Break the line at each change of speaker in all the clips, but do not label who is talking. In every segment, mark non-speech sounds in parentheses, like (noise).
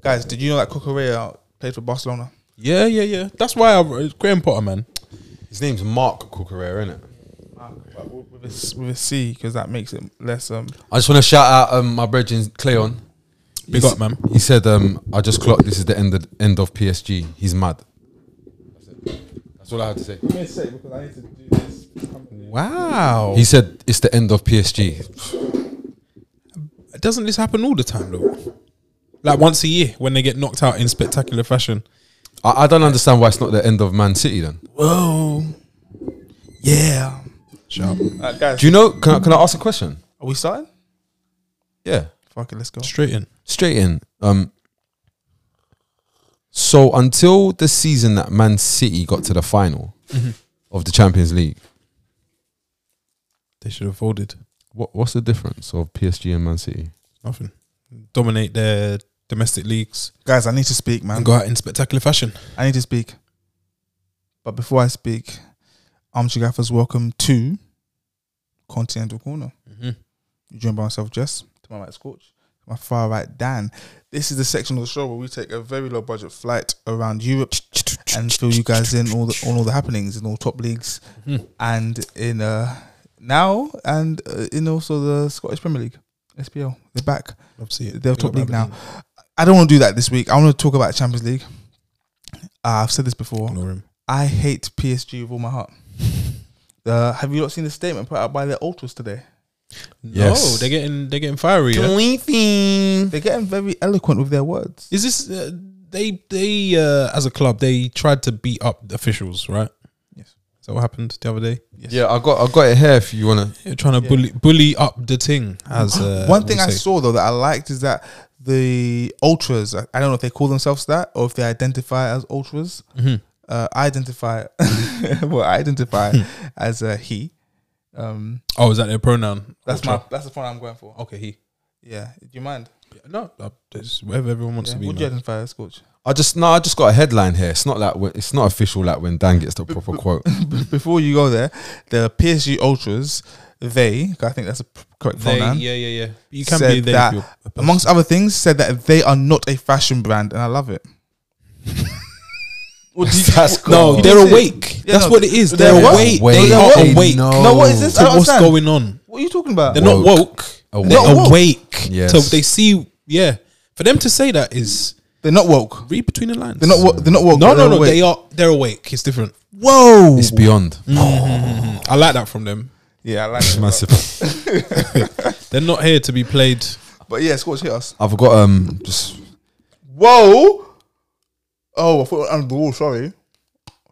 Guys, did you know that Kukurea played for Barcelona?
Yeah, yeah, yeah. That's why I wrote Graham Potter, man.
His name's Mark Cucurella, isn't it?
But with with a, s- with a C, because that makes it less. Um,
I just want to shout out um, my brethren Cleon.
Big up, man.
He said, um, "I just clocked. This is the end of, end of PSG. He's mad." That's all I had to say.
Let me say because I need to do this.
Wow.
He said, "It's the end of PSG."
Doesn't this happen all the time, though? Like once a year when they get knocked out in spectacular fashion.
I, I don't understand why it's not the end of Man City. Then,
Whoa, yeah.
Sharp.
Alright, uh, guys,
do you know? Can I, can I ask a question?
are we starting?
Yeah,
Fuck it, let's go.
Straight in.
straight in. Um. So until the season that Man City got to the final
Mm-hmm.
of the Champions League,
They should have folded.
what, what's the difference of PSG and Man City?
Nothing. Dominate their domestic leagues
Guys, I need to speak, man.
and go out in spectacular fashion.
I need to speak. But before I speak, Armchair Gaffers, welcome to Continental Corner.
Mm-hmm.
You joined by myself, Jess, to my right, Scorch, to my far right, Dan. This is the section of the show where we take a very low budget flight around Europe and fill you guys in all the, on all the happenings in all top leagues and in uh, now and uh, in also the Scottish Premier League, SPL. They're back.
Love to see it.
They're
Big
top
up,
league now.
Aberdeen.
I don't want to do that this week. I want to talk about Champions League. Uh, I've said this before.
Ignore him.
I hate PSG with all my heart. Uh, have you not seen the statement put out by the ultras today?
No,
Yes.
they're getting they're getting fiery. yeah?
They're getting very eloquent with their words.
Is this uh, they they uh, as a club they tried to beat up the officials, right?
Yes.
Is that what happened the other day?
Yeah, I got I got it here. If you wanna,
They're trying to
Yeah.
bully bully up the thing. As uh,
(gasps) One thing
we
I
say.
saw though that I liked is that the ultras. I I don't know if they call themselves that or if they identify as ultras.
Mm-hmm.
Uh, I identify (laughs) well, I identify
Hmm.
as a he. Um,
Oh, is that their pronoun?
that's
Ultra.
my that's the point I'm going for.
okay. He
Yeah, do you mind?
Yeah, no, uh, it's whatever everyone wants
Yeah.
to be.
Would you
man.
identify as coach?
I just no, I just got a headline here. It's not like when, it's not official like when Dan gets the proper (laughs) quote.
(laughs) Before you go there, the PSG ultras, they, I think that's a p- correct
They, yeah,
pronoun.
yeah, yeah. You can
said
be there.
that
if you're a person.
amongst other things, said that they are not a fashion brand, and I love it.
(laughs)
What do you-
That's
no,
cool.
they're
That's it.
awake.
Yeah,
That's
no,
what it is.
they're
They're
awake.
awake. They
They're
are
awake.
awake.
No.
No, what is this?
So
I don't
what's
understand.
going on?
What are you talking about?
They're not
Woke.
woke.
Awake.
They're
Not woke.
awake.
Yes.
So they see. Yeah. For them to say that is
They're not woke.
read between the lines.
They're not. Wo- they're not woke.
No,
but
no,
they're
no.
awake.
They are. Oh, They're awake. It's different.
Whoa, it's beyond
I like that from them.
Yeah, I like it.
massive.
They're not here to be played.
But yeah, Scorch hit us.
I've got um just
Whoa! Oh, I thought we were under the wall. Sorry,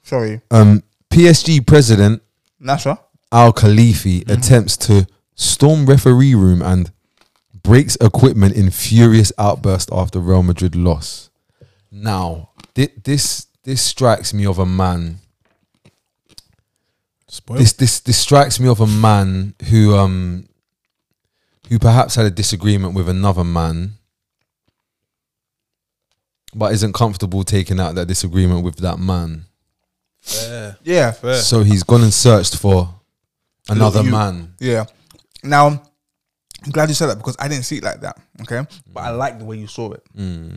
sorry.
um PSG president
Nasha.
Al Khalifi attempts to storm referee room and breaks equipment in furious outburst after Real Madrid loss. Now thi- this this strikes me of a man
Spoiled.
this this this strikes me of a man who um who perhaps had a disagreement with another man but isn't comfortable taking out that disagreement with that man
Yeah.
Yeah.
Fair.
so he's gone and searched for another
you.
man
Yeah. Now, I'm glad you said that because I didn't see it like that. Okay. But
Mm.
I like the way you saw it.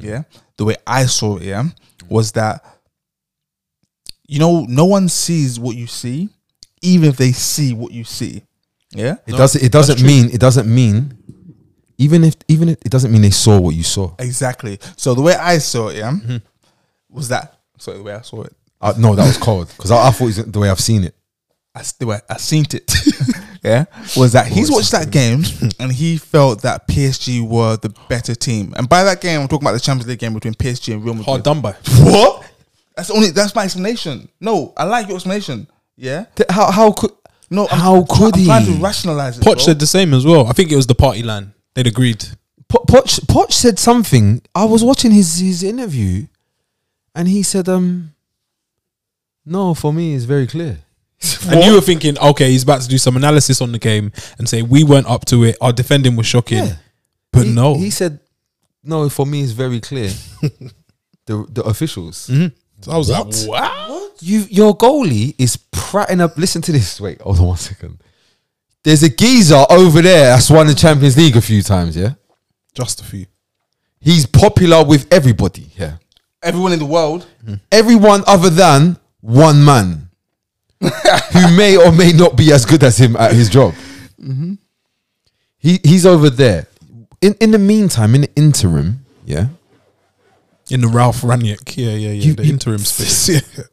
Yeah. The way I saw it, yeah, was that, you know, no one sees what you see, even if they see what you see. Yeah.
it doesn't it doesn't mean it doesn't mean even if even if it doesn't mean they saw what you saw
Exactly. So the way I saw it, yeah,
Mm-hmm.
was that, sorry, the way I saw it,
uh, no that was cold because I, I thought it was the way I've seen it
I, s- the way I seen it, (laughs) yeah, was that he's watched that
(laughs)
game and he felt that PSG were the better team. And by that game, I'm talking about the Champions League game between PSG and Real Madrid.
Hard Oh, done by.
What? That's only that's my explanation. No, I like your explanation. Yeah.
Th- how how could
No, I'm,
how could
I'm
he
trying to rationalize it.
Poch
bro.
said the same as well. I think it was the party line. They'd agreed.
Po- Poch, Poch said something. I was watching his his interview, and he said, "Um, no, for me, it's very clear."
And you were thinking, okay, he's about to do some analysis on the game and say we weren't up to it. Our defending was shocking.
Yeah.
But
He-
no.
he said, "No, for me, it's very clear." the the officials.
So I was
What?
like, wow.
You your goalie is pratting up. Listen to this. Wait, hold on one second. There's a geezer over there that's won the Champions League a few times. Yeah,
Just a few.
he's popular with everybody. Yeah,
Everyone in the world.
everyone other than
(laughs)
one man who may or may not be as good as him at his job.
Mm-hmm.
He he's over there. In in the meantime, in the interim, yeah,
In the Ralph Ranick. Yeah, yeah, yeah.
You-
the
you-
interim space. (laughs) Yeah.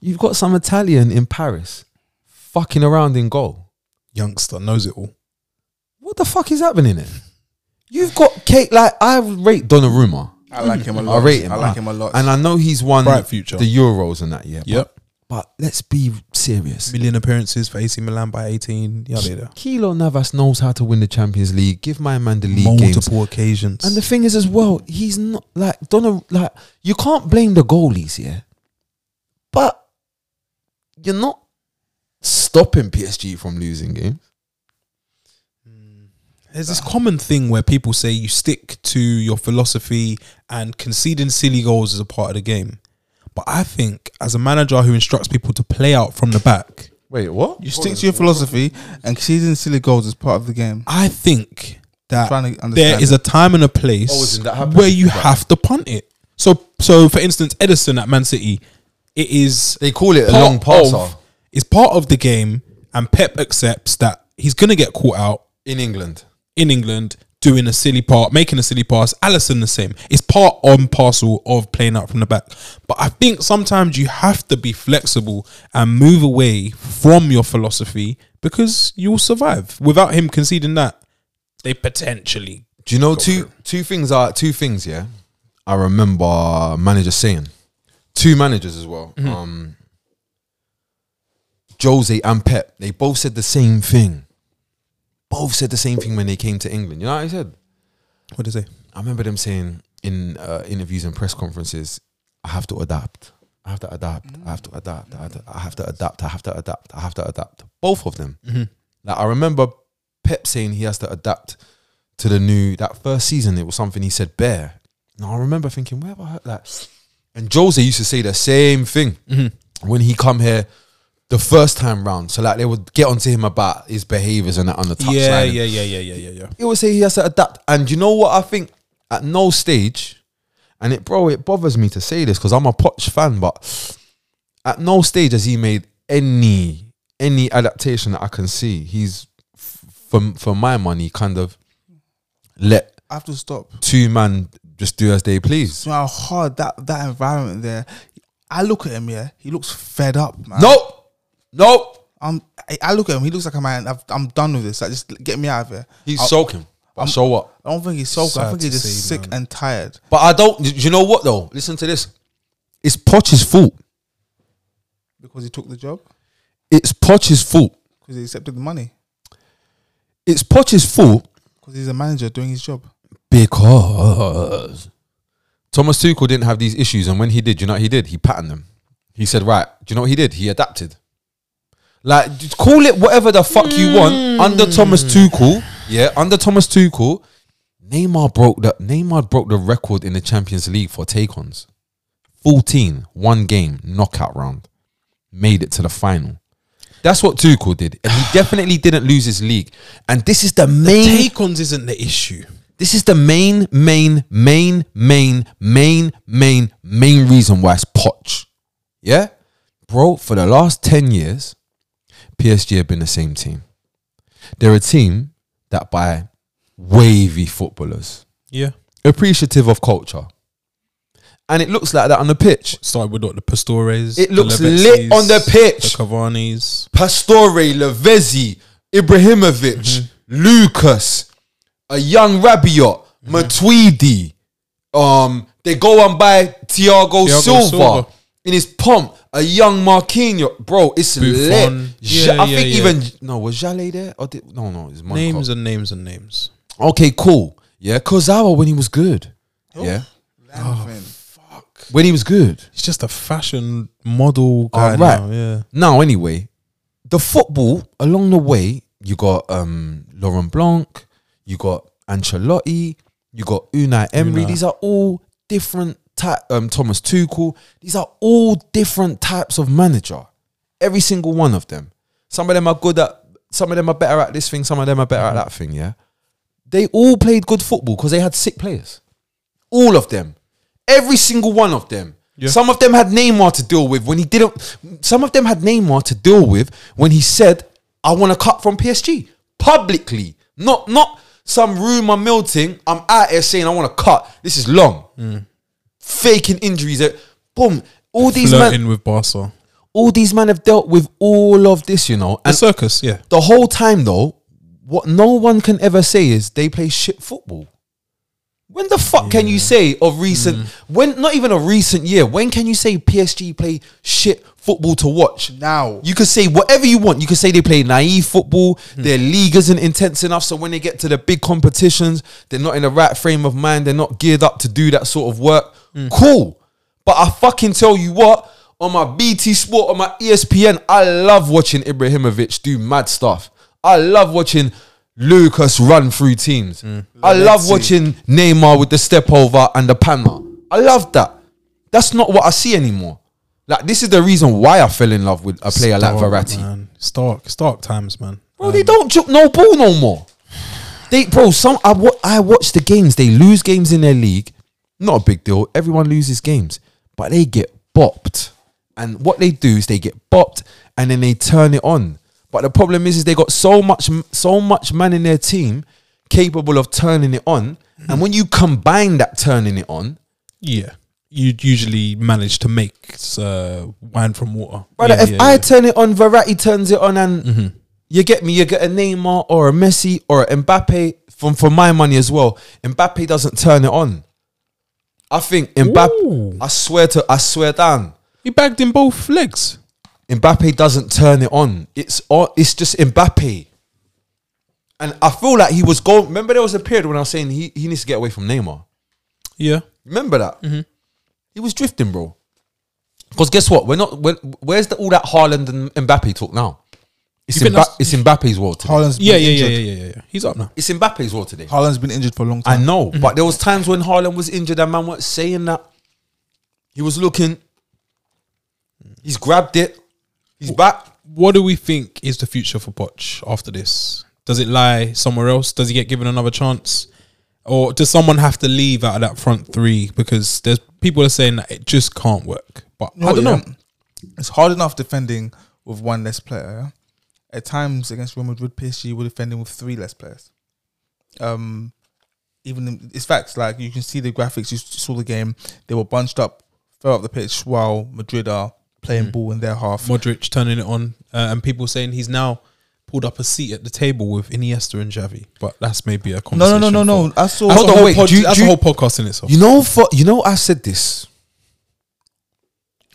you've got some Italian in Paris, fucking around in goal.
Youngster knows it all.
What the fuck is happening there? You've got Kate. Like I rate Donnarumma.
I like him a
Mm-hmm. I
lot.
rate him.
I like him a lot.
and I know he's won
Bright future.
the Euros and that. Yeah. but-
Yep.
But, let's be serious.
Million appearances for AC Milan by 18. Yada, yada.
Kilo Navas knows how to win the Champions League. Give my man the league games.
Multiple occasions.
And the thing is, as well, he's not like Donna. Like you can't blame the goalies, yeah. But you're not stopping PSG from losing games.
There's this common thing where people say you stick to your philosophy and conceding silly goals is a part of the game. But I think as a manager who instructs people to play out from the back,
Wait, what?
you stick to your philosophy, and conceding silly goals is part of the game.
I think that
Trying to
there
understand
is a time and a place
Oh, isn't that happening?
where you
Right.
have to punt it. So, so for instance, Edison at Man City, it is
They call it a
part
long passer
of- It's part of the game, and Pep accepts that he's gonna get caught out.
in England.
in England doing a silly part, making a silly pass. Allison the same. It's part on parcel of playing out from the back. But I think sometimes you have to be flexible and move away from your philosophy because you'll survive. Without him conceding that, they potentially
Do you know two two things are two things? Yeah, I remember manager saying two managers as well. Um, Jose and Pep. They both said the same thing. Both said the same thing when they came to England. You know what I said?
what do you say?
I remember them saying in uh, interviews and press conferences, "I have to adapt. I have to adapt. I have to adapt. I have to, I have to adapt. I have to adapt. I have to adapt." Both of them.
Mm-hmm.
Like I remember Pep saying he has to adapt to the new that first season. It was something he said bare. Now I remember thinking, "Where have I heard that?" And Jose used to say the same thing
Mm-hmm.
when he come here. The first time round, so like they would get onto him about his behaviors and that on the touchline.
Yeah,
and
yeah, yeah, yeah, yeah, yeah, yeah.
he would say he has to adapt. And you know what I think? At no stage, and it bro, it bothers me to say this because I'm a Poch fan, but at no stage has he made any any adaptation that I can see. He's f- for for my money kind of let
I have to stop.
two man just do as they please.
So how hard that that environment there. I look at him. Yeah, he looks fed up, man.
Nope, nope.
I'm, I- I look at him. He looks like a man. I've, I'm done with this. Like, just get me out of here.
He's
I,
soaking. But
I'm-
so what?
I don't think he's so.
Sad
I think he's
to
just
see,
sick
man.
and tired.
But I don't. do You know what though? Listen to this. It's Poch's fault.
because he took the job
It's Poch's fault.
because he accepted the money
It's Poch's fault
because he's a manager doing his job.
Because Thomas Tuchel didn't have these issues, and when he did, you know what he did? He patterned them. He said, "Right, do you know what he did? He adapted. Like, just call it whatever the fuck you want." Under Thomas Tuchel, yeah, under Thomas Tuchel, Neymar broke the Neymar broke the record in the Champions League for take-ons. 14, one game knockout round, made it to the final. That's what Tuchel did, and he definitely didn't lose his league. And this is the main
Take-ons isn't the issue.
this is the main, main, main, main, main, main, main reason why it's Poch. Yeah? Bro, for the last 10 years, PSG have been the same team. They're a team that buy wavy footballers,
Yeah.
appreciative of culture. And it looks like that on the pitch.
Started with what, the Pastores.
It
the
looks
Levetsis,
lit on the pitch.
The Cavani's.
Pastore, Lavezzi, Ibrahimovic,
Mm-hmm.
Lucas, a young Rabiot, Matuidi. Um, they go and buy Thiago,
Thiago
Silva,
Silva.
in his pomp. A young Marquinhos, bro, it's lit.
Buffon.
Ja-
Yeah,
I
yeah,
think
yeah.
even no was Jale there or did, no no it's Monaco.
Names and names and names.
Okay, cool. Yeah, Kozawa when he was good. Yeah, when he was good.
He's just a fashion model guy
Alright.
now. Yeah.
Oh, Now, anyway, the football along the way, you got um Laurent Blanc, you got Ancelotti, You got Unai Emery.
Unai.
These are all different type. Um, Thomas Tuchel. These are all different types of manager. Every single one of them. Some of them are good at. Some of them are better at this thing. Some of them are better at that thing. Yeah. They all played good football because they had sick players. All of them. Every single one of them.
Yeah.
Some of them had Neymar to deal with when he didn't. Some of them had Neymar to deal with when he said, "I want to cut from PSG publicly, not not some rumor melting. I'm out here saying I want to cut. This is long,
Mm.
faking injuries. eh, Boom. All these
flirting
man,
with Barca.
all these men have dealt with all of this, you know.
A
And
circus, yeah.
the whole time though, what no one can ever say is they play shit football. When the fuck can you say of recent when not even a recent year, when can you say PSG play shit football to watch?
Now.
You could say whatever you want. You could say they play naive football, their league isn't intense enough, so when they get to the big competitions, they're not in the right frame of mind, they're not geared up to do that sort of work. Cool. But I fucking tell you what, on my BT Sport, on my E ESPN, I love watching Ibrahimovic do mad stuff. I love watching Lucas run through teams. I love watching Neymar with the step over and the panna. I love that. That's not what I see anymore. Like this is the reason why I fell in love with a player like Verratti.
Man. Stark, stark times, man.
Bro, they don't chop no ball no more. They, bro, some I wa- I watch the games. They lose games in their league. Not a big deal. Everyone loses games, but they get bopped. And what they do is they get bopped, and then they turn it on. But the problem is, is they got so much, so much man in their team capable of turning it on. And when you combine that turning it on,
Yeah. You'd usually manage to make uh, wine from water.
Brother,
Yeah,
if
yeah,
I
yeah. Mm-hmm.
turn it on, Verratti turns it on, and you get me, you get a Neymar or a Messi or a Mbappe from for my money as well. Mbappe doesn't turn it on. I think Mbappe.
Ooh.
I swear to, I swear down.
He bagged in both legs.
Mbappe doesn't turn it on. It's on. It's just Mbappe. And I feel like he was going. Remember, there was a period when I was saying he, he needs to get away from Neymar.
Yeah.
Remember that? He was drifting, bro. Because guess what? We're not. We're, where's the all that Haaland and Mbappe talk now? It's,
You think
Mba-
that's-
it's Mbappe's world today.
Haaland's been
Yeah, yeah, yeah,
injured.
yeah, yeah, yeah, yeah. He's up now.
It's Mbappe's world today.
Haaland's been injured for a long
I
time.
know, but there was times when Haaland was injured and man weren't saying that. He was looking. He's grabbed it. He's back.
What do we think is the future for Poch after this? Does it lie somewhere else? Does he get given another chance? Or does someone have to leave out of that front three? Because there's people are saying that it just can't work. But
No,
I don't
yeah.
know.
It's hard enough defending with one less player. yeah? At times against Real Madrid, PSG were defending with three less players. Um, even in- it's facts. Like you can see the graphics. You s- saw the game. They were bunched up, fell up the pitch while Madrid are playing ball in their half.
Modric turning it on, uh, and people saying he's now pulled up a seat at the table with Iniesta and Xavi. But that's maybe a
No,
conversation.
no, no, no,
for-
no. I saw.
That's,
Hold
a,
on,
whole
wait,
pod-
do you-
that's
do
a
you-
whole podcast in itself.
You know, for you know, I said this.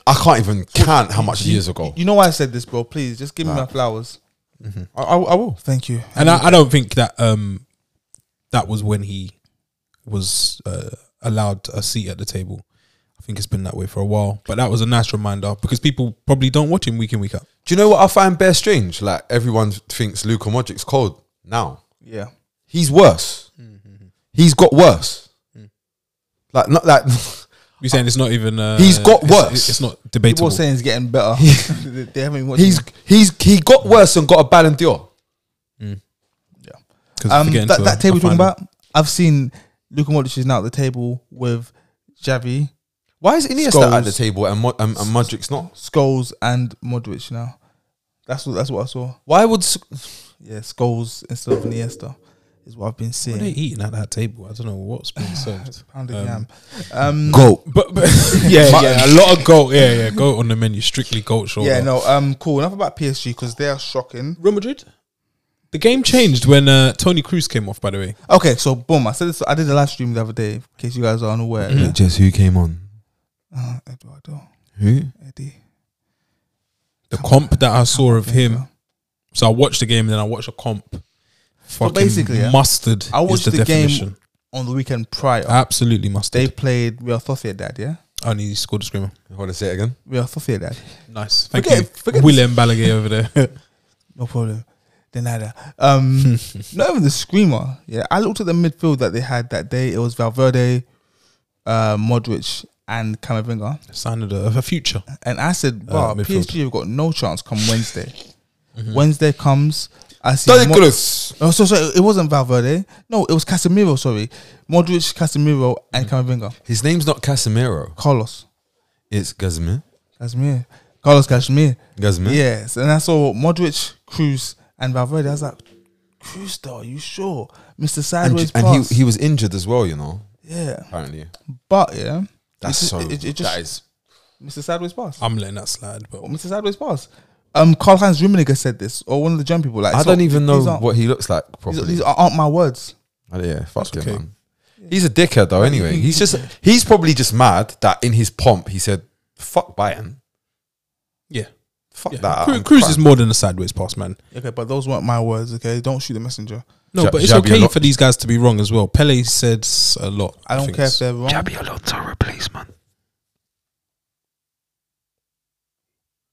I can't even count how much years ago.
You know why I said this, bro? Please just give me my flowers. I, I, I will. Thank you.
and I, I don't think that um that was when he was uh, allowed a seat at the table. I think it's been that way for a while. But that was a nice reminder because people probably don't watch him week in week out.
Do you know what I find bare strange? Like everyone thinks Luka Modric's cold now.
Yeah.
He's worse. He's got worse. Like not like
You saying it's not even? Uh,
He's got
it's-
worse.
It's not
People
debatable.
are saying it's getting (laughs) better. they they haven't even watched
(laughs) he's
him.
he's he got worse and got a Ballon d'Or.
'Cause
Um,
we're getting
that,
to
that
a-
table
a
you're talking
final.
about, I've seen Luka Modric is now at the table with Xavi,
Why is Iniesta
Scholes.
at the table and, Mo- and, and Modric's not?
Scholes, and Modric now. That's what that's what I saw.
Why would S-
Yeah, Scholes instead of Niesta is what I've been
What are they
seeing.
eating at that table? I don't know
(sighs)
what's being served.
Pound of
Um,
yam. Um,
go?
(laughs)
But, but (laughs) yeah, yeah, a lot of goat. Yeah, yeah, goat on the menu. Strictly goat shoulder.
yeah, no. Um, cool. Enough about PSG because they are shocking.
Real Madrid. The game changed when uh, Tony Cruz came off. By the way,
Okay, so boom. I said this. I did a live stream the other day. In case you guys are unaware,
Mm-hmm.
yeah?
Just who came on?
Uh, Eduardo,
Who?
Eddie.
the comp that I saw of him. So I watched the game, and then I watched a comp. Fucking
basically, yeah,
mustard.
I watched
is the,
the game-
definition. Ah.
on the weekend prior,
Absolutely
they
mustard.
played Real Sociedad. Yeah,
And he scored a screamer.
Hold on, say it again.
Real Sociedad.
Nice. Thank
Forget-
you,
forget- (laughs)
William Balaguer over there.
No problem. de nada.
(laughs)
Um, not even the screamer. Yeah, I looked at the midfield that they had that day. It was Valverde, uh, Modric, and Camavinga,
Sign of the of a future.
and I said,
Uh,
"Wow,
midfield. Mm-hmm.
PSG have got no chance
(laughs)
come Wednesday." Wednesday comes. I see. Mo-
Ridiculous.
oh, so sorry, it wasn't Valverde. No, it was Casemiro. Sorry, Modric, Casemiro, and
Mm-hmm.
Camavinga.
His name's not Casemiro.
Carlos,
It's Gazmir.
Casemiro, Carlos Casemiro.
Gazmir.
Yes, and I saw Modric, Cruz, and Valverde. I was like, Cruz, though, are you sure, Mister
And,
Sideways
and
pass?
he he was injured as well. You know,
yeah,
apparently.
but yeah,
That's
it,
so.
It, it
that
just
is.
Mister Sideways pass.
I'm letting that slide, but
Mister Sideways pass. Um, Karl Heinz Rummenigge said this, or one of the German people. Like,
I
so
don't even know
these aren't-
what he looks like
These,
properly.
these aren't my words.
Uh, yeah, fuck him,
okay.
man. He's a dickhead though. Anyway, he's just he's probably just mad that in his pomp he said fuck Bayern,
yeah.
fuck
yeah.
that.
Cru-
I'm
Cruz
fine.
is more than a sideways pass, man.
Okay, but those weren't my words. Okay, don't shoot the messenger.
No,
Ja-
but it's
Xabi
okay
Alonso-
for these guys to be wrong as well. Pele said s- a lot.
I don't
think
care if
it's-
they're wrong.
Alonso replacement.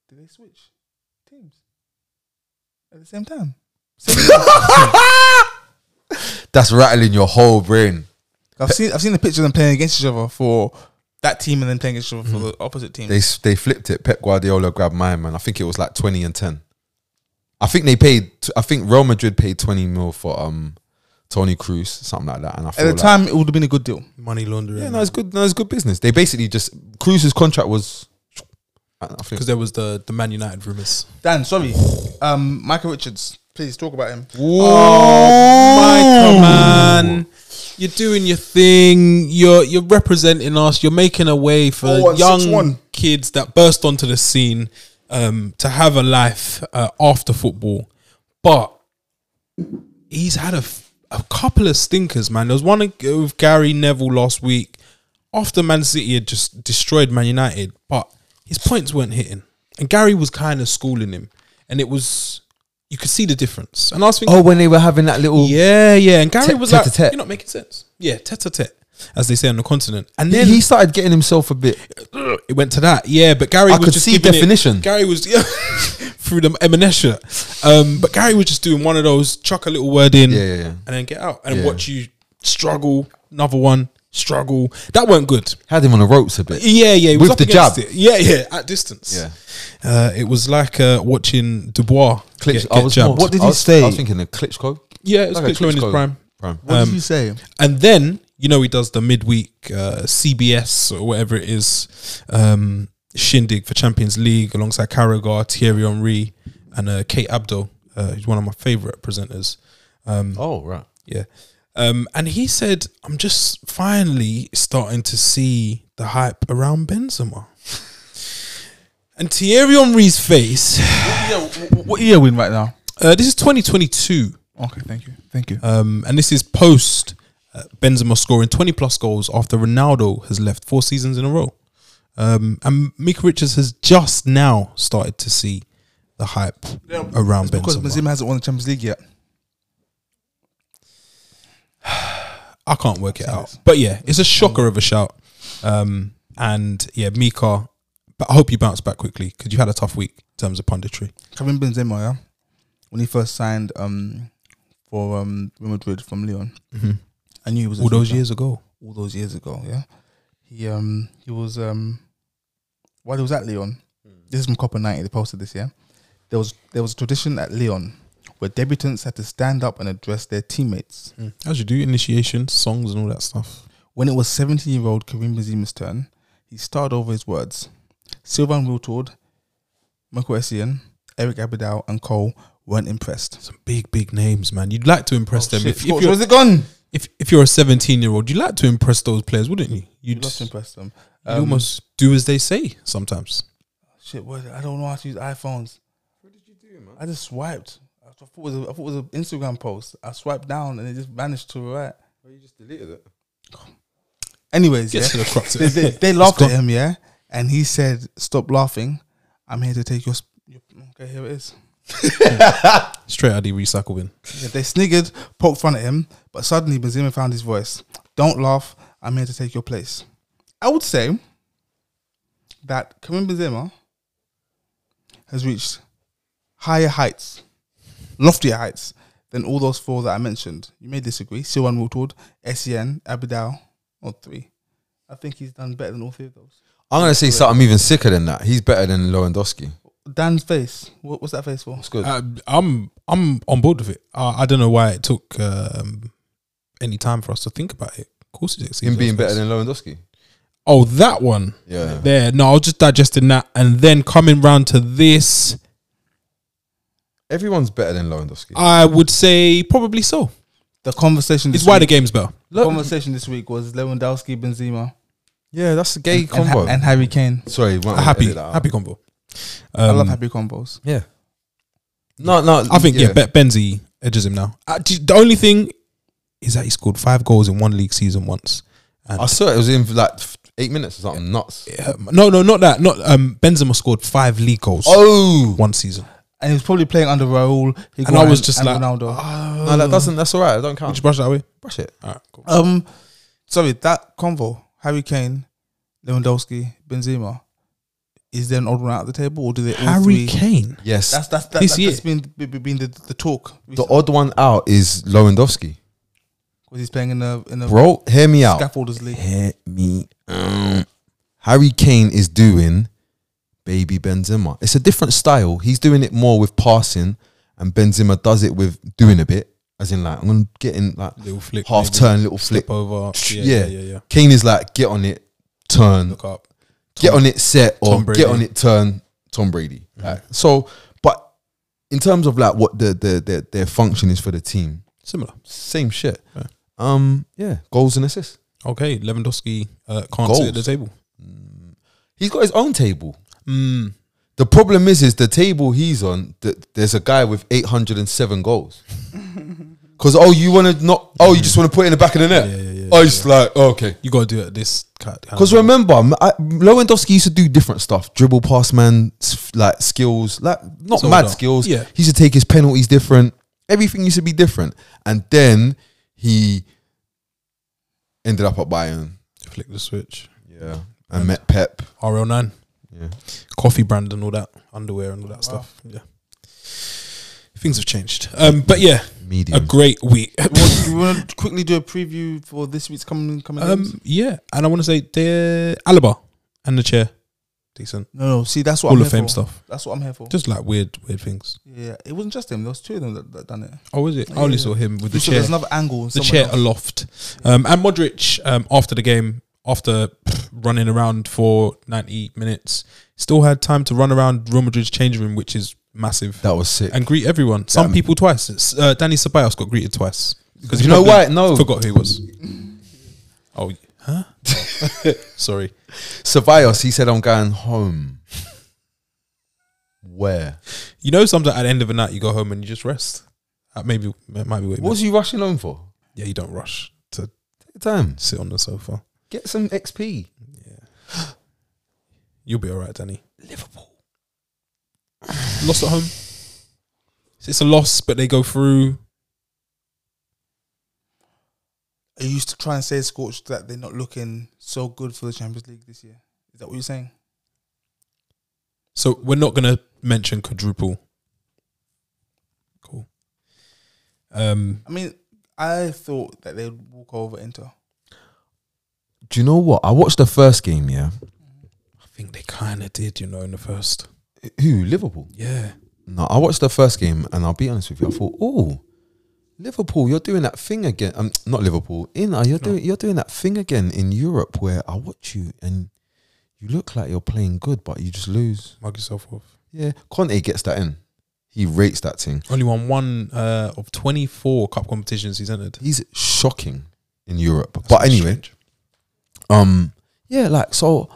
Did they switch teams at the same time? Same (laughs)
That's rattling your whole brain.
I've seen I've seen the pictures of them playing against each other for that team and then playing against each other for the opposite team.
They s- they flipped it. Pep Guardiola grabbed mine, man. I think it was like twenty and ten. I think they paid. t- I think Real Madrid paid twenty mil for um Tony Cruz, something like that. And I
At
feel
the
like-
time, it would have been a good deal.
money laundering.
yeah, no, it's good. No, it's good business. They basically just Cruz's contract was. I I think
because there was the the Man United rumors.
Dan, sorry, um, Michael Richards, please talk about him.
Oh, Michael, man. You're doing your thing. You're you're representing us. You're making a way for
Oh, and
young
6-1.
kids that burst onto the scene um, to have a life uh, after football. But he's had a, f- a couple of stinkers, man. There was one with Gary Neville last week after Man City had just destroyed Man United, but his points weren't hitting. And Gary was kind of schooling him. And it was, you could see the difference. And I was thinking,
Oh, when they were having that little
yeah, yeah. And Gary
Tete-
was like,
tete-a-tete.
"You're not making sense." Yeah, tete a tete, as they say on the continent. And
He-
then
he started getting himself a bit.
it went to that. Yeah, but Gary
I
was
could
just
see
giving it-
definition.
Gary was (laughs) through the M&S shirt. Um, but Gary was just doing one of those chuck a little word in,
Yeah, yeah, yeah.
and then get out and
Yeah.
watch you struggle. Another one struggle. That weren't good.
Had him on the ropes a bit.
Yeah, yeah. he was
With
up
the
against
jab.
it. Yeah, yeah. At distance.
Yeah.
Uh, it was like uh, watching Dubois
Klitsch,
get,
I
get
was
jabbed.
What did he
I was-
say?
I was thinking of Klitschko.
yeah, it was
Like a
Klitschko in his
Klitschko.
prime.
Prime.
What did you say?
And then, you know, he does the midweek uh, CBS or whatever it is um, shindig for Champions League alongside Carragher, Thierry Henry, and uh, Kate Abdo, uh, who's one of my favorite presenters. Mm.
Oh right.
Yeah. Um, and he said, I'm just finally starting to see the hype around Benzema. and Thierry Henry's face,
What year we in right now?
uh, this is 2022.
Okay, thank you, thank you.
Um, and this is post uh, Benzema scoring 20 plus goals after Ronaldo has left four seasons in a row. Um, and Mika Richards has just now started to see the hype around
because
Benzema.
Benzema hasn't won the Champions League yet.
I can't work it out. But yeah, it's a shocker of a shout. Um, and yeah, Mika, but I hope you bounce back quickly because you had a tough week in terms of punditry.
Karim Benzema, yeah, when he first signed um for um Real Madrid from Leon, I knew he was a
All those
future.
years ago.
all those years ago. Yeah, he um he was um while he was at Leon,
Mm.
this is from Copper Ninety. They posted this. Yeah, there was there was a tradition at Leon where debutants had to stand up and address their teammates.
As you do, initiations, songs, and all that stuff.
When it was 17 year old Karim Benzema's turn, he started over his words. Sylvain Wiltord, Michael Essien, Eric Abidal, and Cole weren't impressed.
Some big, big names, man. You'd like to impress
Oh,
them. If, if you're
was it gone?
if if you're a 17 year old, you like to impress those players, wouldn't you?
You
You'd,
lost to impress them.
you almost do as they say sometimes.
Shit, what? I don't know how to use iPhones. What did you do, man? I just swiped. I thought it was a, I thought it was an Instagram post. I swiped down and it just vanished to the right.
You just deleted it.
Anyways,
Get to
yeah,
the crux
(laughs)
of
they,
it.
they, they laughed
gone.
at him, yeah, and he said, "Stop laughing. I'm here to take your." Sp- your okay, here it is.
Straight out the recycle bin.
Yeah, they sniggered, poked fun at him, but suddenly Benzema found his voice. Don't laugh. I'm here to take your place. I would say that Karim Benzema has reached higher heights loftier heights than all those four that I mentioned. You may disagree. Silwan Wiltord, Sen, Abidal, or three. I think he's done better than all three of those.
I'm gonna say something even sicker than that. He's better than Lewandowski.
Dan's face. What, what's that face for?
That's good.
Uh, I'm I'm on board with it. I, I don't know why it took um, any time for us to think about it. Of course, it's
Him being better than Lewandowski.
Oh, that one.
Yeah.
There. No, I was just digesting that, and then coming round to this,
Everyone's better than Lewandowski.
I would say probably so.
The conversation. This
It's why the
week,
game's better.
the conversation this week was Lewandowski, Benzema,
Yeah, that's a gay
and, Ha-
combo.
and Harry Kane.
Sorry, won't
A happy,
Oh, edit that out.
happy combo.
I love
Um,
happy combos.
Yeah. No, no.
I think yeah, Bet Benzi edges him now. Uh, d- the only thing is that he scored five goals in one league season once. And
I saw it. It was in for like f- eight minutes or something. Nuts.
Yeah, no, no, not that. Not um, Benzema scored five league goals
Oh,
one season.
And he was probably playing under Raul.
And I was
Higuain,
just
and
like, ah,
Ronaldo.
no, that doesn't. That's all right. I don't
Would
count.
you brush that away?
Brush it.
All right, Oh. cool.
Um, sorry, that convo, Harry Kane, Lewandowski, Benzema, is there an odd one out of the table, or do they all
Harry
three?
Kane.
Yes.
That's that's that,
This
that's
year.
just been be- be- been the, the talk
the
because
odd one out is Lewandowski.
he's playing in a in a
Bro, hear me out.
scaffolders league.
(laughs)
Hear me out. Harry Kane is doing baby Benzema. It's a different style. He's doing it more with passing, and Benzema does it with doing a bit, as in like I'm gonna get in like
Little flick.
half
maybe.
turn, little
Flip
flip.
over. Yeah,
Yeah.
yeah, yeah. yeah.
Kane is like get on it, turn,
Look up.
get on it set or
Tom Brady. Mm-hmm.
get on it turn Tom Brady. Like, so, but in terms of like what the, the the their function is for the team,
Similar.
same shit.
Yeah.
Um, yeah, goals and assists.
Okay, Lewandowski uh, can't sit at the
Goals.
table.
He's got his own table.
Mm.
The problem is, is the table he's on. th there's a guy with
(laughs)
807 goals. Cause oh, you want to not? Oh, you just want to put it in the back of the net.
yeah, yeah,
oh, it's like oh, okay.
You got to do it at this. kind of-
Because remember, m- I, Lewandowski used to do different stuff, dribble past man, s- like skills, like not
It's all
mad
done.
skills.
Yeah.
he used to take his penalties different. Everything used to be different, and then he ended up at Bayern.
flick the switch.
Yeah, and met Pep.
RL9,
Yeah,
coffee brand and all that, underwear and all that stuff. Yeah. Things have changed. Um, but yeah, a
medium.
great week.
we, want, we want to quickly do a preview for this week's coming coming. games?
Um, yeah, and I want to say the Alaba and the chair, decent
no, no. See, that's what
Hall
I'm
of
here
Fame
for.
stuff.
That's what I'm here for.
Just like weird, weird things.
yeah, it wasn't just him. There was two of them that, that done it.
Oh, is it?
Yeah,
I only
yeah.
saw him with the
So
chair,
There's another angle.
the
someone
chair
else.
aloft, um, and Modric um, after the game, after pff, running around for ninety minutes, still had time to run around Real Madrid's changing room, which is massive,
that was sick.
and greet everyone. Some
That-
people twice. It's, Uh, Danny Ceballos got greeted twice because
you know why? No,
Forgot who he was. Oh, huh? (laughs) Sorry.
Ceballos. He said, "I'm going home." Where?
You know, sometimes at the end of the night, you go home and you just rest. That maybe that might be what.
What
You meant.
was you rushing home for?
yeah, you don't rush to
Take your time.
sit on the sofa.
Get some XP.
(gasps) You'll be all right, Danny. Liverpool lost at home. It's a loss, but they go through.
I used to try and say Scorch that they're not looking so good for the Champions League this year. Is that what you're saying?
So we're not gonna mention quadruple. Cool. Um,
I mean, I thought that they'd walk over Inter.
Do you know what? I watched the first game. Yeah,
I think they kind of did, you know, in the first.
who Liverpool?
Yeah,
No, I watched the first game, and I'll be honest with you. I thought, oh, Liverpool, you're doing that thing again. Um, not Liverpool. In you're doing you're doing that thing again in Europe where I watch you and you look like you're playing good, but you just lose.
mug yourself off.
Yeah, Conte gets that in. He rates that thing.
Only won one uh, of twenty-four cup competitions he's entered.
He's shocking in Europe.
That's
but anyway,
strange.
um yeah like so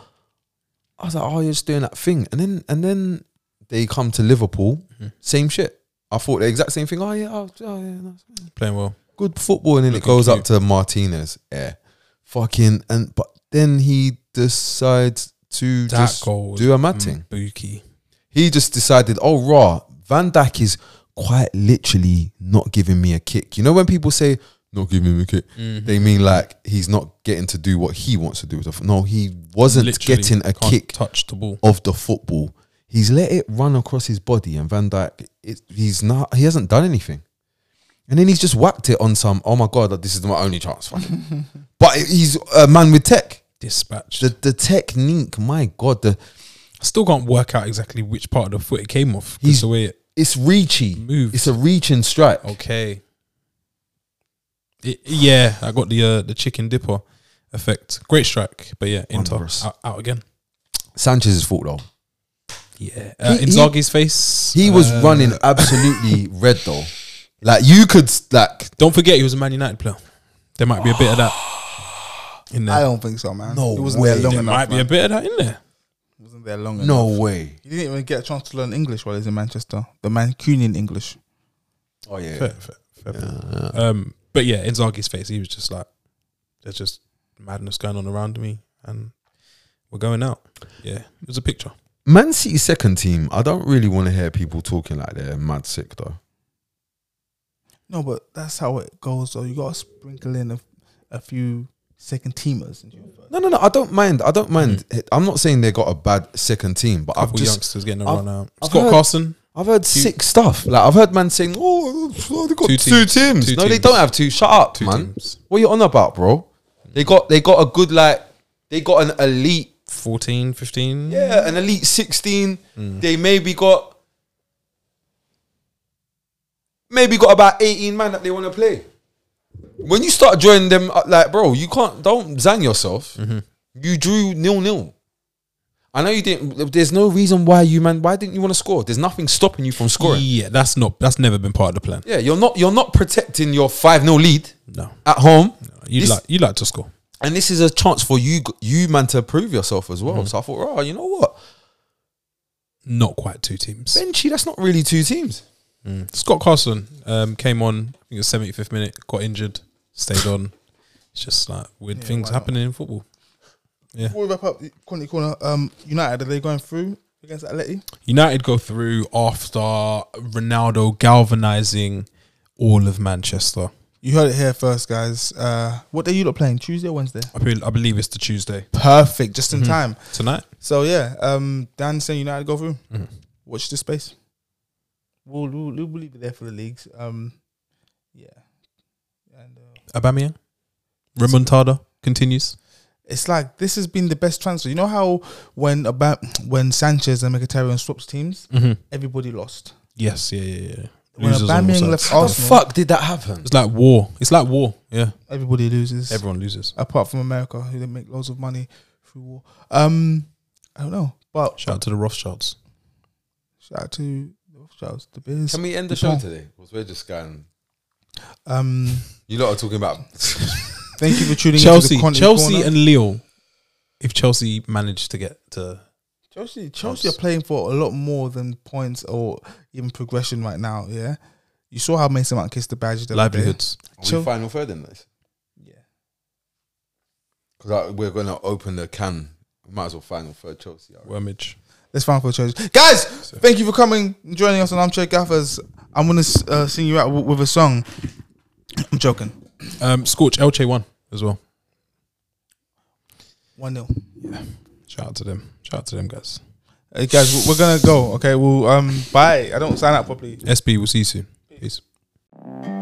i was like oh you're just doing that thing and then and then they come to liverpool
Mhm.
same shit i thought the exact same thing oh yeah oh, oh, yeah that's
playing well.
good football and then it
Looking
goes up
cute.
to martinez yeah fucking and but then he decides to
That
just
goal
do a mad thing
Buki.
he just decided oh raw van Dijk is quite literally not giving me a kick you know when people say not giving me a kick
Mm-hmm.
they mean like he's not getting to do what he wants to do with the foot. No, he wasn't
Literally
getting a
can't
kick
touch the ball.
of the football. He's let it run across his body, and Van Dyke, it, he's not. He hasn't done anything, and then he's just whacked it on some. Oh my god, like, this is my only chance. fuck it."
(laughs)
but he's a man with tech.
Dispatch.
The the technique, my god, the
I still can't work out exactly which part of the foot it came off.
He's-
He's the way it.
it's reachy.
Moves.
It's a reaching strike.
Okay. It- yeah, I got the uh, the chicken dipper effect. Great strike, but yeah, Inter
Wondrous.
out, out again.
Sanchez's fault though.
Yeah, uh,
He- he-
Inzaghi's face.
He was
uh,
running
(laughs)
absolutely red though. Like you could like
Don't forget, he was a Man United player. There might be a bit of that in
I
there.
don't think so, man.
No
he wasn't
way.
there long
There
enough.
might be a
man.
bit of that in there.
He wasn't there long enough.
no way.
He didn't even get a chance to learn English while he's in Manchester. The Mancunian English.
Oh yeah.
Fair, fair, fair play. Um, but yeah, Inzaghi's face. He was just like, "There's just madness going on around me, and we're going out." Yeah, it was a picture.
(laughs) Man City second team. I don't really want to hear people talking like they're mad sick though.
No, but that's how it goes. So you got to sprinkle in a, a few second teamers. into your first.
No, no, no. I don't mind. I don't mind. I'm not saying they got a bad second team, but I've
Mm. Couple
just
youngsters getting a
I've-
run out.
I've
Scott
heard-
Carson.
I've heard sick stuff. Like I've heard man saying, "Oh, oh, they got two
Two
teams."
teams. Two
no, they
teams.
don't have two. Shut up,
Two
man.
teams.
What you on about, bro? They got they got a good like they got an elite
14, 15.
Yeah, an elite 16. They maybe got maybe got about 18 man that they want to play. When you start drawing them up, like bro, you can't don't zang yourself. You drew nil nil. I know you didn't. There's no reason why you man. Why didn't you want to score? There's nothing stopping you from scoring.
Yeah, that's not that's never been part of the plan.
Yeah, you're not. You're not protecting your five 0 lead
No.
at home.
You
This-
like you like to score.
and this is a chance for you, you man, to prove yourself as well. So I thought, oh, you know what,
Not quite two teams. Mm.
Benchy, that's not really two teams.
Scott Carson um, came on, I think it was seventy fifth minute, got injured, stayed on. It's just like weird
Yeah,
things
why not?
happening in football.
Before we wrap up, corner corner. Um, United are they going through against Atleti?
United go through after Ronaldo galvanizing all of Manchester.
You heard it here first, guys. Uh, what day you lot playing? Tuesday or Wednesday?
I believe, I believe it's the Tuesday
Perfect, just in
Mhm.
time.
tonight.
So yeah, um, Dan saying United go through.
Mhm.
Watch this space. We'll, we'll we'll be there for the leagues. Um, yeah, and uh,
Aubameyang, Remontada continues.
it's like this has been the best transfer. You know how when about when Sanchez and Mkhitaryan swaps teams,
Mm-hmm.
everybody lost.
Yes, yeah, yeah, yeah.
When
Losers on all
Aubameyang
sides.
left
How the
Arsenal,
fuck did that happen?
It's like war. It's like war. Yeah,
everybody loses.
everyone loses.
apart from America, who didn't make loads of money through war. Um, I don't know, but
Shout out to the Rothschilds.
shout out to the Rothschilds, the Bears.
Can we end the
the
show
show
today? Because we're just going.
Um,
You lot are talking about. (laughs)
thank you for tuning into
Chelsea,
the Conte
Chelsea,
Corner.
and Lille. If Chelsea managed to get to
Chelsea, Chelsea are playing for a lot more than points or even progression right now. Yeah, you saw how Mason Mount kissed the badge. the other day.
livelihoods,
Chel-
final third in this?
Yeah.
Because we're going to open the can. We might as well final third Chelsea. alright?
Wormage.
Let's find for Chelsea, guys. Thank you for coming, and joining us on Armchair Gaffers. I'm gonna uh, sing you out w- with a song. I'm joking.
Um, Scorch Elche one as well.
One 0
Shout out to them. Shout out to them guys.
Hey guys, we- we're gonna go. Okay, well, um, bye. I don't sign up properly.
SB, we'll see you soon. Peace.
Thank